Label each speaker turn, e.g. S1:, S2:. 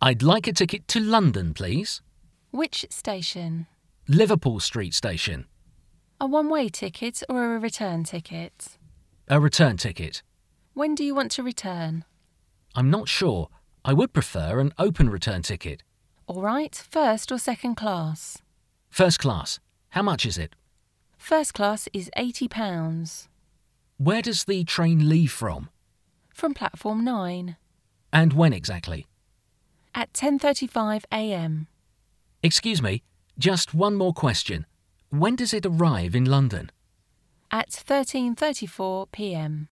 S1: I'd like a ticket to London, please.
S2: Which station?
S1: Liverpool Street Station.
S2: A one way ticket or a return ticket?
S1: A return ticket.
S2: When do you want to return?
S1: I'm not sure. I would prefer an open return ticket.
S2: All right, first or second class?
S1: First class. How much is it?
S2: First class is £80.
S1: Where does the train leave from?
S2: From platform 9
S1: And when exactly?
S2: at 10:35 a.m.
S1: Excuse me, just one more question. When does it arrive in London?
S2: at 13:34 p.m.